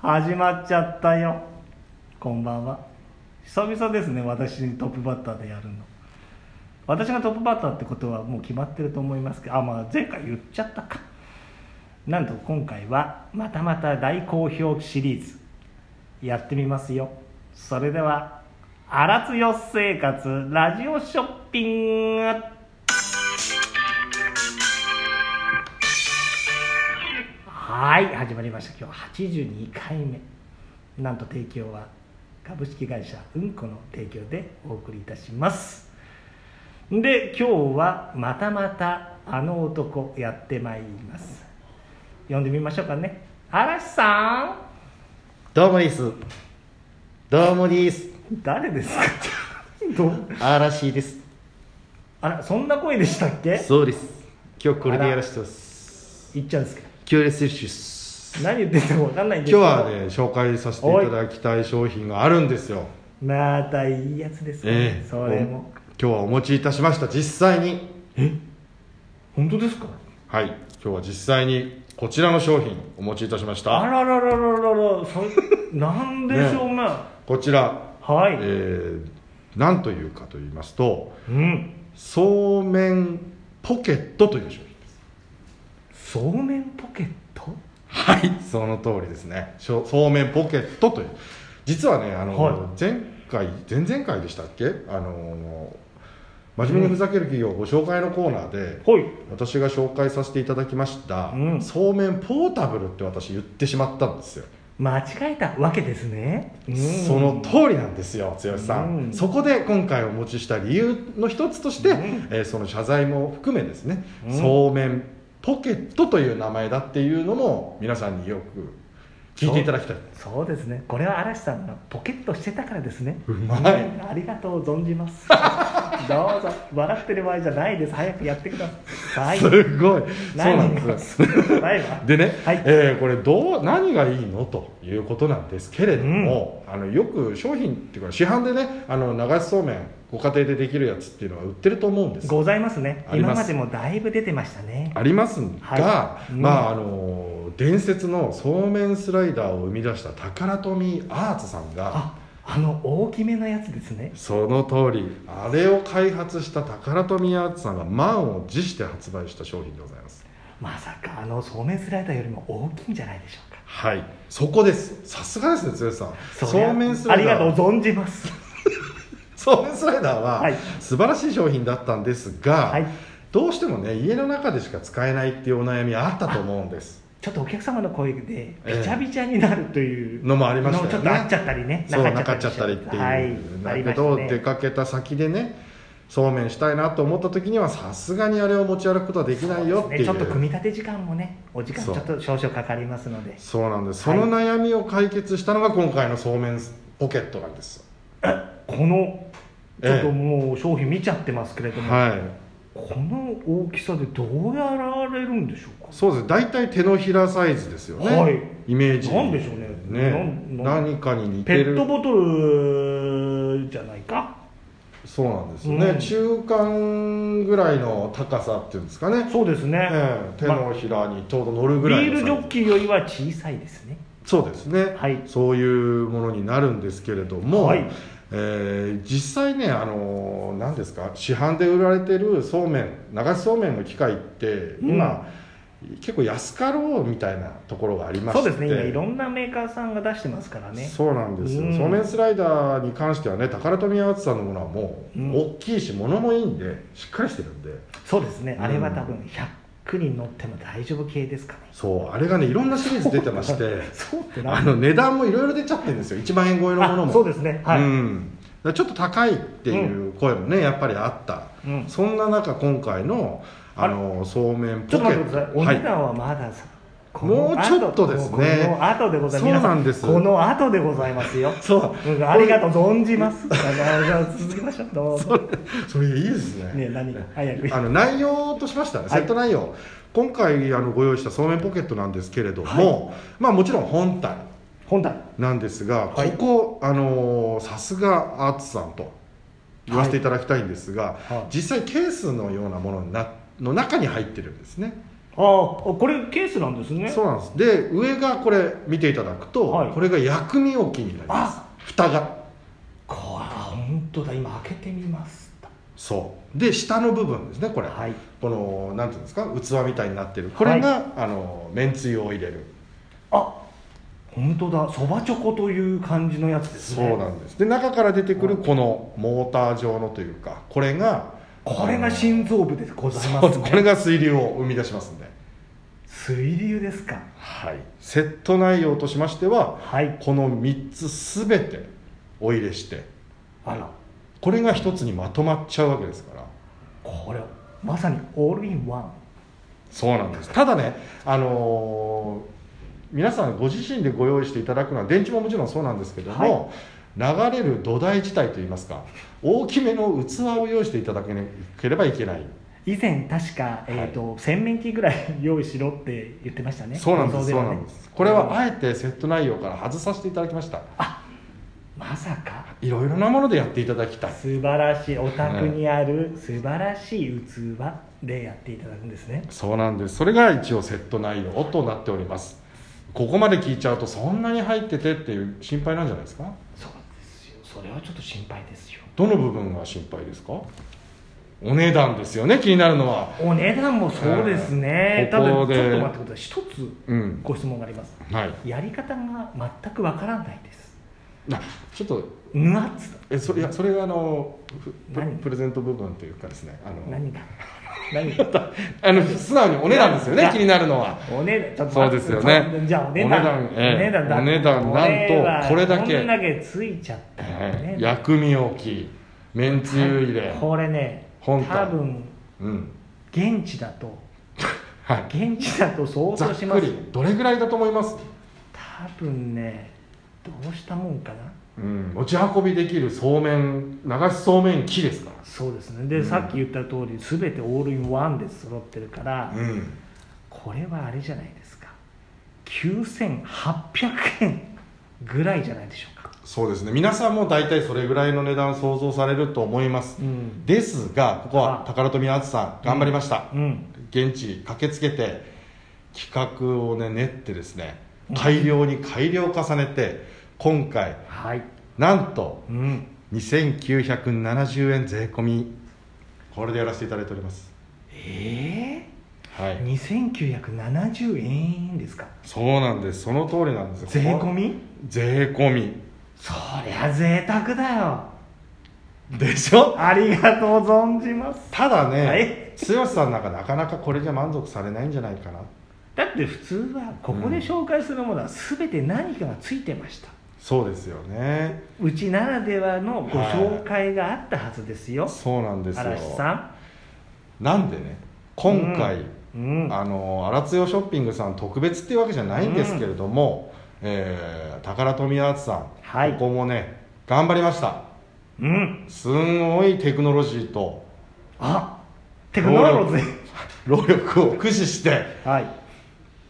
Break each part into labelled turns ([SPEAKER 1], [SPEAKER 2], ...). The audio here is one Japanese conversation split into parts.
[SPEAKER 1] 始まっちゃったよこんばんは久々ですね私トップバッターでやるの私がトップバッターってことはもう決まってると思いますけどあまあ前回言っちゃったかなんと今回はまたまた大好評シリーズやってみますよそれでは「あらつよ生活ラジオショッピング」はい始まりました今日82回目なんと提供は株式会社うんこの提供でお送りいたしますで今日はまたまたあの男やってまいります呼んでみましょうかね嵐さ
[SPEAKER 2] どうもです。どうもです。
[SPEAKER 1] ん誰ですか ど
[SPEAKER 2] 嵐です。
[SPEAKER 1] あらそんな声でしたっけ
[SPEAKER 2] そうです。今日これでやらせてます。
[SPEAKER 1] 言っちゃうんですか
[SPEAKER 2] キュレセルシウス。
[SPEAKER 1] 何言ってても分かんないん
[SPEAKER 2] 今
[SPEAKER 1] ですけ
[SPEAKER 2] 日
[SPEAKER 1] ど
[SPEAKER 2] はね、紹介させていただきたい商品があるんですよ。
[SPEAKER 1] またいいやつですね、
[SPEAKER 2] ええ
[SPEAKER 1] それも
[SPEAKER 2] 今日はお持ちいたしました。実際に。
[SPEAKER 1] 本当ですか
[SPEAKER 2] はい。今日は実際にこちらの商品お持ちいたしまし
[SPEAKER 1] あ
[SPEAKER 2] た。
[SPEAKER 1] ららららららら それなんでしょうね
[SPEAKER 2] こちら、
[SPEAKER 1] はい、
[SPEAKER 2] えー、なんというかと言いますと、
[SPEAKER 1] うん
[SPEAKER 2] そうめんポケットという商品です。
[SPEAKER 1] そうめんポケット
[SPEAKER 2] はいその通りですねしょそうめんポケットという実はねあの、
[SPEAKER 1] はい
[SPEAKER 2] 前回前々回でしたっけあの真面目にふざける企業ご紹介のコーナーで、
[SPEAKER 1] ほい
[SPEAKER 2] 私が紹介させていただきました、
[SPEAKER 1] うん
[SPEAKER 2] そうめんポータブルって私言ってしまったんですよ、
[SPEAKER 1] 間違えたわけですね、うん
[SPEAKER 2] その通りなんですよ剛さん、
[SPEAKER 1] うん
[SPEAKER 2] そこで今回お持ちした理由の一つとして、
[SPEAKER 1] うん
[SPEAKER 2] えーその謝罪も含めですね、
[SPEAKER 1] うん
[SPEAKER 2] そうめんポケットという名前だっていうのも皆さんによく聞いていただきたい
[SPEAKER 1] そうですねこれは嵐さんがポケットしてたからですね
[SPEAKER 2] うまい
[SPEAKER 1] んありがとう存じます どうぞ笑ってる場合じゃないです早くやってください
[SPEAKER 2] すごいそうな
[SPEAKER 1] 何
[SPEAKER 2] ん
[SPEAKER 1] が
[SPEAKER 2] ですよ
[SPEAKER 1] ないわ
[SPEAKER 2] でね、
[SPEAKER 1] はい
[SPEAKER 2] えーこれどう何がいいのということなんですけれども、あのよく商品っていうか市販でねあの流しそうめんご家庭でできるやつっていうのは売ってると思うんです
[SPEAKER 1] ございますね
[SPEAKER 2] あり
[SPEAKER 1] 今
[SPEAKER 2] ま
[SPEAKER 1] ますでもだいぶ出てましたね
[SPEAKER 2] ありますが、
[SPEAKER 1] はいうん
[SPEAKER 2] まああの伝説のそうめんスライダーを生み出した宝富アーツさんが
[SPEAKER 1] ああの大きめのやつですね
[SPEAKER 2] その通りあれを開発した宝富アーツさんが満を持して発売した商品でございます
[SPEAKER 1] まさかあのそうめんスライダーよりも大きいんじゃないでしょうか
[SPEAKER 2] はい、そこです。さすがですね、剛さん。
[SPEAKER 1] そ
[SPEAKER 2] そうめんスライ
[SPEAKER 1] りゃ
[SPEAKER 2] ダ
[SPEAKER 1] ありが
[SPEAKER 2] ー。
[SPEAKER 1] とう存じます
[SPEAKER 2] そうめんスライダーは、
[SPEAKER 1] はい
[SPEAKER 2] 素晴らしい商品だったんですが、
[SPEAKER 1] はい
[SPEAKER 2] どうしてもね、家の中でしか使えないっていうお悩みあったと思うんです。
[SPEAKER 1] ちょっとお客様の声で
[SPEAKER 2] ええ
[SPEAKER 1] びちゃびちゃになるという
[SPEAKER 2] のもありましたよね
[SPEAKER 1] ちょっとあっちゃったりね
[SPEAKER 2] そうなかっちゃったりっていう、
[SPEAKER 1] はい、な
[SPEAKER 2] だけ
[SPEAKER 1] りま
[SPEAKER 2] ど、
[SPEAKER 1] した
[SPEAKER 2] 出
[SPEAKER 1] ね
[SPEAKER 2] かけた先でねそうめんしたいなと思った時にはさすがにあれを持ち歩くことはできないよっていう
[SPEAKER 1] ちょっと組み立て時間もねお時間ちょっと少々かかりますので
[SPEAKER 2] そうなんです、
[SPEAKER 1] はい
[SPEAKER 2] その悩みを解決したのが今回のそうめんポケットなんです
[SPEAKER 1] このち
[SPEAKER 2] ええ
[SPEAKER 1] ょっともう商品見ちゃってますけれども、
[SPEAKER 2] はい
[SPEAKER 1] この大きさでどうやられるんでしょうか
[SPEAKER 2] そうです大体手のひらサイズですよね、
[SPEAKER 1] はい
[SPEAKER 2] イメージ
[SPEAKER 1] なんでしょうねなんなん
[SPEAKER 2] 何かに似て
[SPEAKER 1] ペッ
[SPEAKER 2] る
[SPEAKER 1] トボトルじゃないか
[SPEAKER 2] そうなんですよね、
[SPEAKER 1] うん
[SPEAKER 2] 中間ぐらいの高さっていうんですかね、
[SPEAKER 1] そうですね、
[SPEAKER 2] ええ手
[SPEAKER 1] ま
[SPEAKER 2] のひらにちょうど乗るぐらい
[SPEAKER 1] ビー
[SPEAKER 2] の
[SPEAKER 1] ル
[SPEAKER 2] サイズ
[SPEAKER 1] ジョッキーよりは小さいですね
[SPEAKER 2] そうですね、
[SPEAKER 1] はい
[SPEAKER 2] そういうものになるんですけれども、
[SPEAKER 1] はい
[SPEAKER 2] えー実際ね、あのー何ですか市販で売られてるそうめん流しそうめんの機械って今、結構安かろうみたいなところがありまして
[SPEAKER 1] そうですね今いろんなメーカーさんが出してますからね
[SPEAKER 2] そうなんですよ、
[SPEAKER 1] うん
[SPEAKER 2] そうめんスライダーに関してはね宝富厚さんのものはもう
[SPEAKER 1] うん
[SPEAKER 2] 大きいし、物もいいんでしっかりしてるんで
[SPEAKER 1] そうですね
[SPEAKER 2] うん
[SPEAKER 1] あれは多分100人乗っても大丈夫系ですかね
[SPEAKER 2] そうあれがねいろんなシリーズ出てまして
[SPEAKER 1] そうってな
[SPEAKER 2] あの値段もいろいろ出ちゃってるんですよ1万円超えのもの
[SPEAKER 1] あ
[SPEAKER 2] も
[SPEAKER 1] そうですねはい、
[SPEAKER 2] うん、だからちょっと高いっていう声もね、やっぱりあった、
[SPEAKER 1] うん
[SPEAKER 2] そんな中今回のあのそうめん
[SPEAKER 1] ちょ
[SPEAKER 2] ポ
[SPEAKER 1] っ
[SPEAKER 2] ケ
[SPEAKER 1] と待ってく
[SPEAKER 2] ット
[SPEAKER 1] ださいお
[SPEAKER 2] はい
[SPEAKER 1] 値段はまださ、この
[SPEAKER 2] もう
[SPEAKER 1] 後
[SPEAKER 2] ちょっとですね
[SPEAKER 1] もうこの後でございます皆さ
[SPEAKER 2] そうなんです
[SPEAKER 1] この後でございますよ
[SPEAKER 2] そう
[SPEAKER 1] うんありがとう存じますあのじゃあ続きましょうどうぞ
[SPEAKER 2] それいいですね
[SPEAKER 1] ね何早く
[SPEAKER 2] あの内容としましたね、
[SPEAKER 1] はい
[SPEAKER 2] セット内容今回あのご用意したそうめんポケットなんですけれども、まあもちろん本体
[SPEAKER 1] 本体
[SPEAKER 2] なんですが、
[SPEAKER 1] はい
[SPEAKER 2] ここあのーさすがアーツさんと言わせていただきたいんですが、
[SPEAKER 1] はい
[SPEAKER 2] 実際ケースのようなものになの中に入ってるんですね
[SPEAKER 1] あーあこれケースなんですね
[SPEAKER 2] そうなんですで上がこれ見ていただくと、
[SPEAKER 1] はい
[SPEAKER 2] これが薬味置きになります
[SPEAKER 1] あ
[SPEAKER 2] 蓋が
[SPEAKER 1] こわ本当だ今開けてみます
[SPEAKER 2] そうで下の部分ですねこれ、
[SPEAKER 1] はい
[SPEAKER 2] このなんていうんですか器みたいになってるこれが、あのめんつゆを入れる
[SPEAKER 1] あ本当だそばチョコという感じのやつですね
[SPEAKER 2] そうなんですで中から出てくるこのモーター状のというかこれが
[SPEAKER 1] これが心臓部でござい
[SPEAKER 2] そ
[SPEAKER 1] ま
[SPEAKER 2] う
[SPEAKER 1] す、ね、
[SPEAKER 2] これが水流を生み出しますんで、
[SPEAKER 1] 水流ですか
[SPEAKER 2] はい、セット内容としましては
[SPEAKER 1] はい
[SPEAKER 2] この3つ全てお入れして
[SPEAKER 1] あら
[SPEAKER 2] これが1つにまとまっちゃうわけですから
[SPEAKER 1] これまさにオールインワン
[SPEAKER 2] そうなんですただねあのー皆さんご自身でご用意していただくのは電池ももちろんそうなんですけども、流れる土台自体といいますか大きめの器を用意していただけなければいけない
[SPEAKER 1] 以前確か、えーと洗面器ぐらい用意しろって言ってましたね
[SPEAKER 2] そうなんで
[SPEAKER 1] 放
[SPEAKER 2] す、
[SPEAKER 1] 送
[SPEAKER 2] そう
[SPEAKER 1] は
[SPEAKER 2] な
[SPEAKER 1] ね
[SPEAKER 2] んです。これはあえてセット内容から外させていただきました。
[SPEAKER 1] まさか
[SPEAKER 2] いろいろなものでやっていただきたい。
[SPEAKER 1] 素晴らしいお宅にある素晴らしい器でやっていただくんですね
[SPEAKER 2] そうなんです。それが一応セット内容となっております。ここまで聞いちゃうとそんなに入っててっていう心配なんじゃないですか。
[SPEAKER 1] そうですよそれはちょっと心配ですよ
[SPEAKER 2] どの部分が心配ですか。お値段ですよね。気になるのは。
[SPEAKER 1] お値段もそうですね、
[SPEAKER 2] うんこ
[SPEAKER 1] ただ
[SPEAKER 2] こで
[SPEAKER 1] ちょっと待ってください一つ
[SPEAKER 2] うん。
[SPEAKER 1] ご質問があります
[SPEAKER 2] はい。
[SPEAKER 1] やり方が全くわからないです
[SPEAKER 2] な、ちょっと
[SPEAKER 1] ぬわっつ
[SPEAKER 2] えそいやそれがあのふプ
[SPEAKER 1] 何
[SPEAKER 2] プレゼント部分というかですね。あの
[SPEAKER 1] 何が何 が
[SPEAKER 2] あの素直にお値段ですよね。気になるのは。
[SPEAKER 1] お値段ちょっと
[SPEAKER 2] そう
[SPEAKER 1] 待
[SPEAKER 2] で
[SPEAKER 1] って
[SPEAKER 2] すよね
[SPEAKER 1] ちょっとじゃあお値段
[SPEAKER 2] お値段ええ
[SPEAKER 1] だ
[SPEAKER 2] お値段なんと
[SPEAKER 1] れは
[SPEAKER 2] これだけ
[SPEAKER 1] こんだけついちゃったよ
[SPEAKER 2] え
[SPEAKER 1] ね
[SPEAKER 2] ー薬味置きめんつゆ入れ、
[SPEAKER 1] これね多
[SPEAKER 2] 本体
[SPEAKER 1] 分
[SPEAKER 2] うん
[SPEAKER 1] 現地だと
[SPEAKER 2] はい
[SPEAKER 1] 現地だと相
[SPEAKER 2] ざ
[SPEAKER 1] 当
[SPEAKER 2] っ
[SPEAKER 1] しま
[SPEAKER 2] く
[SPEAKER 1] す
[SPEAKER 2] りどれぐらいだと思います、
[SPEAKER 1] 多分ねどうしたもんかな
[SPEAKER 2] うん、持ち運びできるそうめん流しそうめん機ですか
[SPEAKER 1] そうですねで、
[SPEAKER 2] うん
[SPEAKER 1] さっき言った通り全てオールインワンで揃ってるから、
[SPEAKER 2] らうん
[SPEAKER 1] これはあれじゃないですか9800円ぐらいじゃないでしょうか、
[SPEAKER 2] そうですね皆さんも大体それぐらいの値段想像されると思います
[SPEAKER 1] うん
[SPEAKER 2] ですがここ
[SPEAKER 1] あ
[SPEAKER 2] は宝富敦さん頑張りました、
[SPEAKER 1] うん、
[SPEAKER 2] 現地駆けつけて企画をね練ってですね
[SPEAKER 1] うん
[SPEAKER 2] 改良に改良を重ねて今回
[SPEAKER 1] はい、
[SPEAKER 2] なんと
[SPEAKER 1] うん、
[SPEAKER 2] 2970円税込みこれでやらせていただいております
[SPEAKER 1] え
[SPEAKER 2] は
[SPEAKER 1] え2970円ですか
[SPEAKER 2] そうなんですその通りなんです
[SPEAKER 1] 税込
[SPEAKER 2] み
[SPEAKER 1] み
[SPEAKER 2] 税込み
[SPEAKER 1] そりゃ贅沢だよ
[SPEAKER 2] でしょ
[SPEAKER 1] ありがとう存じます
[SPEAKER 2] ただ
[SPEAKER 1] はい
[SPEAKER 2] ね剛さんなんかなかなかこれじゃ満足されないんじゃないかな
[SPEAKER 1] だって普通はここで紹介するものは全て何かがついてました、
[SPEAKER 2] そうですよね
[SPEAKER 1] うちならではのご紹介があったはずですよ、
[SPEAKER 2] そうなんですよ
[SPEAKER 1] 嵐さ
[SPEAKER 2] なんでね今回、
[SPEAKER 1] ん、うん、
[SPEAKER 2] あの荒津代ショッピングさん特別っていうわけじゃないんですけれども、えー、宝富アーツさん、
[SPEAKER 1] はい
[SPEAKER 2] ここもね頑張りました
[SPEAKER 1] うん、
[SPEAKER 2] すんごいテクノロジーと
[SPEAKER 1] あテクノロジ
[SPEAKER 2] 能
[SPEAKER 1] ー
[SPEAKER 2] 労力を駆使して
[SPEAKER 1] はい、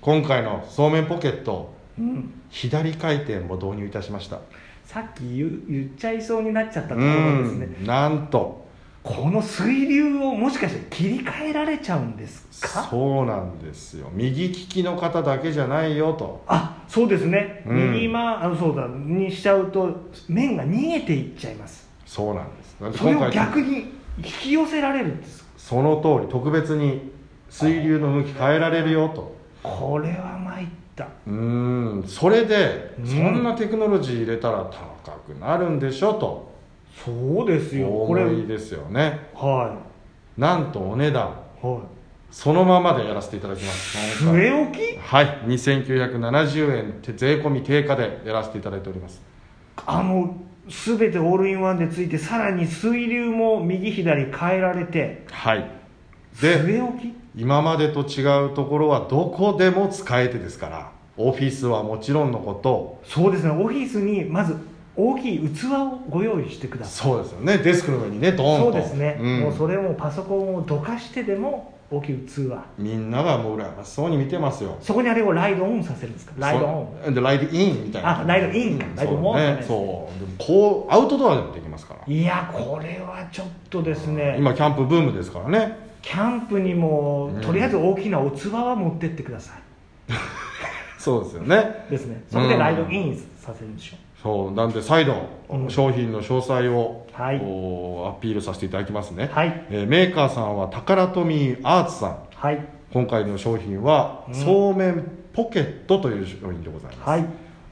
[SPEAKER 2] 今回のそうめんポケット
[SPEAKER 1] うん、
[SPEAKER 2] 左回転も導入いたしました
[SPEAKER 1] さっき言う言っちゃいそうになっちゃったと
[SPEAKER 2] う
[SPEAKER 1] ころですね、
[SPEAKER 2] んなんと
[SPEAKER 1] この水流をもしかして切り替えられちゃうんですか
[SPEAKER 2] そうなんですよ右利きの方だけじゃないよと
[SPEAKER 1] あそうですね、
[SPEAKER 2] うん
[SPEAKER 1] 右まあそうだにしちゃうと面が逃げていっちゃいます
[SPEAKER 2] そうなんですなんで
[SPEAKER 1] それ
[SPEAKER 2] 今
[SPEAKER 1] を
[SPEAKER 2] 回
[SPEAKER 1] 逆に引き寄せられるんです
[SPEAKER 2] その通り特別に水流の向き変えられるよと
[SPEAKER 1] これは参った
[SPEAKER 2] うんそれで
[SPEAKER 1] うん
[SPEAKER 2] そんなテクノロジー入れたら高くなるんでしょと
[SPEAKER 1] そうですよ
[SPEAKER 2] お
[SPEAKER 1] これは
[SPEAKER 2] 思
[SPEAKER 1] い
[SPEAKER 2] いですよね
[SPEAKER 1] は
[SPEAKER 2] なんとお値段
[SPEAKER 1] い
[SPEAKER 2] そのままでやらせていただきます今回
[SPEAKER 1] 据え置き
[SPEAKER 2] はい2970円って税込み定価でやらせていただいております
[SPEAKER 1] あの全てオールインワンでついてさらに水流も右左変えられて
[SPEAKER 2] はい
[SPEAKER 1] 据
[SPEAKER 2] で
[SPEAKER 1] え置き
[SPEAKER 2] 今までと違うところはどこでも使えてですからオフィスはもちろんのこと
[SPEAKER 1] そうですねオフィスにまず大きい器をご用意してください
[SPEAKER 2] そうですよねデスクの上にねドーン
[SPEAKER 1] そ
[SPEAKER 2] と
[SPEAKER 1] うですね、
[SPEAKER 2] ん
[SPEAKER 1] もうそれをパソコンをどかしてでも大きい器
[SPEAKER 2] みんながもう羨ましそうに見てますよ
[SPEAKER 1] そこにあれをライドオンさせるんですかライドオン
[SPEAKER 2] ンでライドインみたいな
[SPEAKER 1] あライドインか
[SPEAKER 2] うん
[SPEAKER 1] ライド
[SPEAKER 2] そう
[SPEAKER 1] モン
[SPEAKER 2] ね
[SPEAKER 1] ね
[SPEAKER 2] そうでもこうアウトドアでもできますから
[SPEAKER 1] いやこれはちょっとですね
[SPEAKER 2] 今キャンプブームですからね
[SPEAKER 1] キャンプにも
[SPEAKER 2] うん
[SPEAKER 1] とりあえず大きなおつばは持ってってください、
[SPEAKER 2] そうですよね
[SPEAKER 1] ですねそこでライドインさせるんでしょ
[SPEAKER 2] そうなんで再度、
[SPEAKER 1] うん
[SPEAKER 2] 商品の詳細を、
[SPEAKER 1] はい
[SPEAKER 2] こうアピールさせていただきますね、
[SPEAKER 1] はい
[SPEAKER 2] えーメーカーさんは宝富アーツさん
[SPEAKER 1] はい
[SPEAKER 2] 今回の商品は、
[SPEAKER 1] うん
[SPEAKER 2] そうめんポケットという商品でございます、
[SPEAKER 1] はい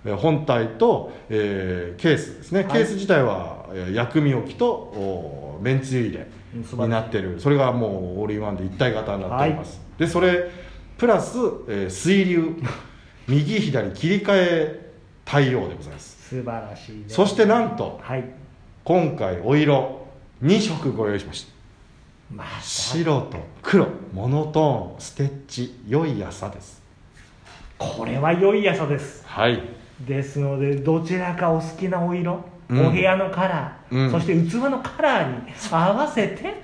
[SPEAKER 2] えー本体と、えーケースですね、
[SPEAKER 1] はい
[SPEAKER 2] ケース自体は、えー薬味置きとおーめんつゆ入れ
[SPEAKER 1] うん素晴らしい
[SPEAKER 2] になってるそれがもうオールインワンで一体型になっております、でそれプラス、えー水流 右左切り替え対応でございます
[SPEAKER 1] 素晴らしいです
[SPEAKER 2] そしてなんと
[SPEAKER 1] はい
[SPEAKER 2] 今回お色2色ご用意しました
[SPEAKER 1] まあ
[SPEAKER 2] 白と黒モノトーンステッチ良い朝です
[SPEAKER 1] これは良い朝です
[SPEAKER 2] はい
[SPEAKER 1] ですのでどちらかお好きなお色、
[SPEAKER 2] うん
[SPEAKER 1] お部屋のカラー、
[SPEAKER 2] うん
[SPEAKER 1] そして器のカラーに合わせて
[SPEAKER 2] ね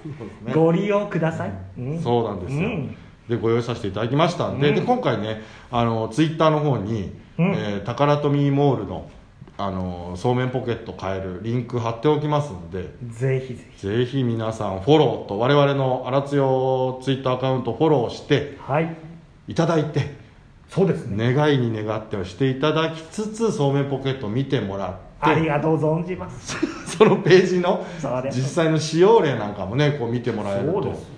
[SPEAKER 1] ご利用ください、うん
[SPEAKER 2] そうなんですよ、
[SPEAKER 1] うん
[SPEAKER 2] でご用意させていただきましたんで,、
[SPEAKER 1] うん
[SPEAKER 2] で今回ねあのツイッターの方に、
[SPEAKER 1] うん
[SPEAKER 2] えー宝富モールのあのそうめんポケット買えるリンク貼っておきますんで
[SPEAKER 1] ぜひぜひ
[SPEAKER 2] ぜひ皆さんフォローと我々の荒津用ツイッターアカウントフォローして
[SPEAKER 1] はい
[SPEAKER 2] いただいて
[SPEAKER 1] そうですね
[SPEAKER 2] 願いに願ってをしていただきつつそうめんポケット見てもら
[SPEAKER 1] あ
[SPEAKER 2] っ
[SPEAKER 1] り
[SPEAKER 2] て
[SPEAKER 1] がとう存じます
[SPEAKER 2] そのページの
[SPEAKER 1] そうです
[SPEAKER 2] 実際の使用例なんかもねこう見てもらえる
[SPEAKER 1] そう
[SPEAKER 2] と
[SPEAKER 1] です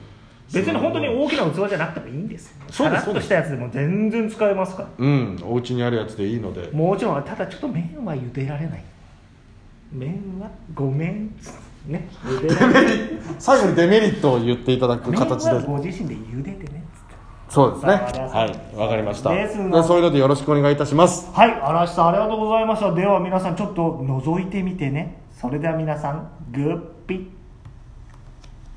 [SPEAKER 1] 別に本当に大きな器じゃなくてもいいんです
[SPEAKER 2] そうです
[SPEAKER 1] さらっとしたやつでも全然使えますか
[SPEAKER 2] うんお家にあるやつでいいので
[SPEAKER 1] らもちろんただちょっと麺は茹でられない麺はごめんね茹でられない
[SPEAKER 2] 最後にデメリットを言っていただく
[SPEAKER 1] 麺
[SPEAKER 2] 形で
[SPEAKER 1] はご自身で茹でてねつって
[SPEAKER 2] そうですね
[SPEAKER 1] さあ
[SPEAKER 2] はいわかりました
[SPEAKER 1] ですの
[SPEAKER 2] でそういうのでよろしくお願いいたします
[SPEAKER 1] はい、嵐さんありがとうございました。では皆さんちょっと覗いてみてね。それでは皆さん、グッピッ。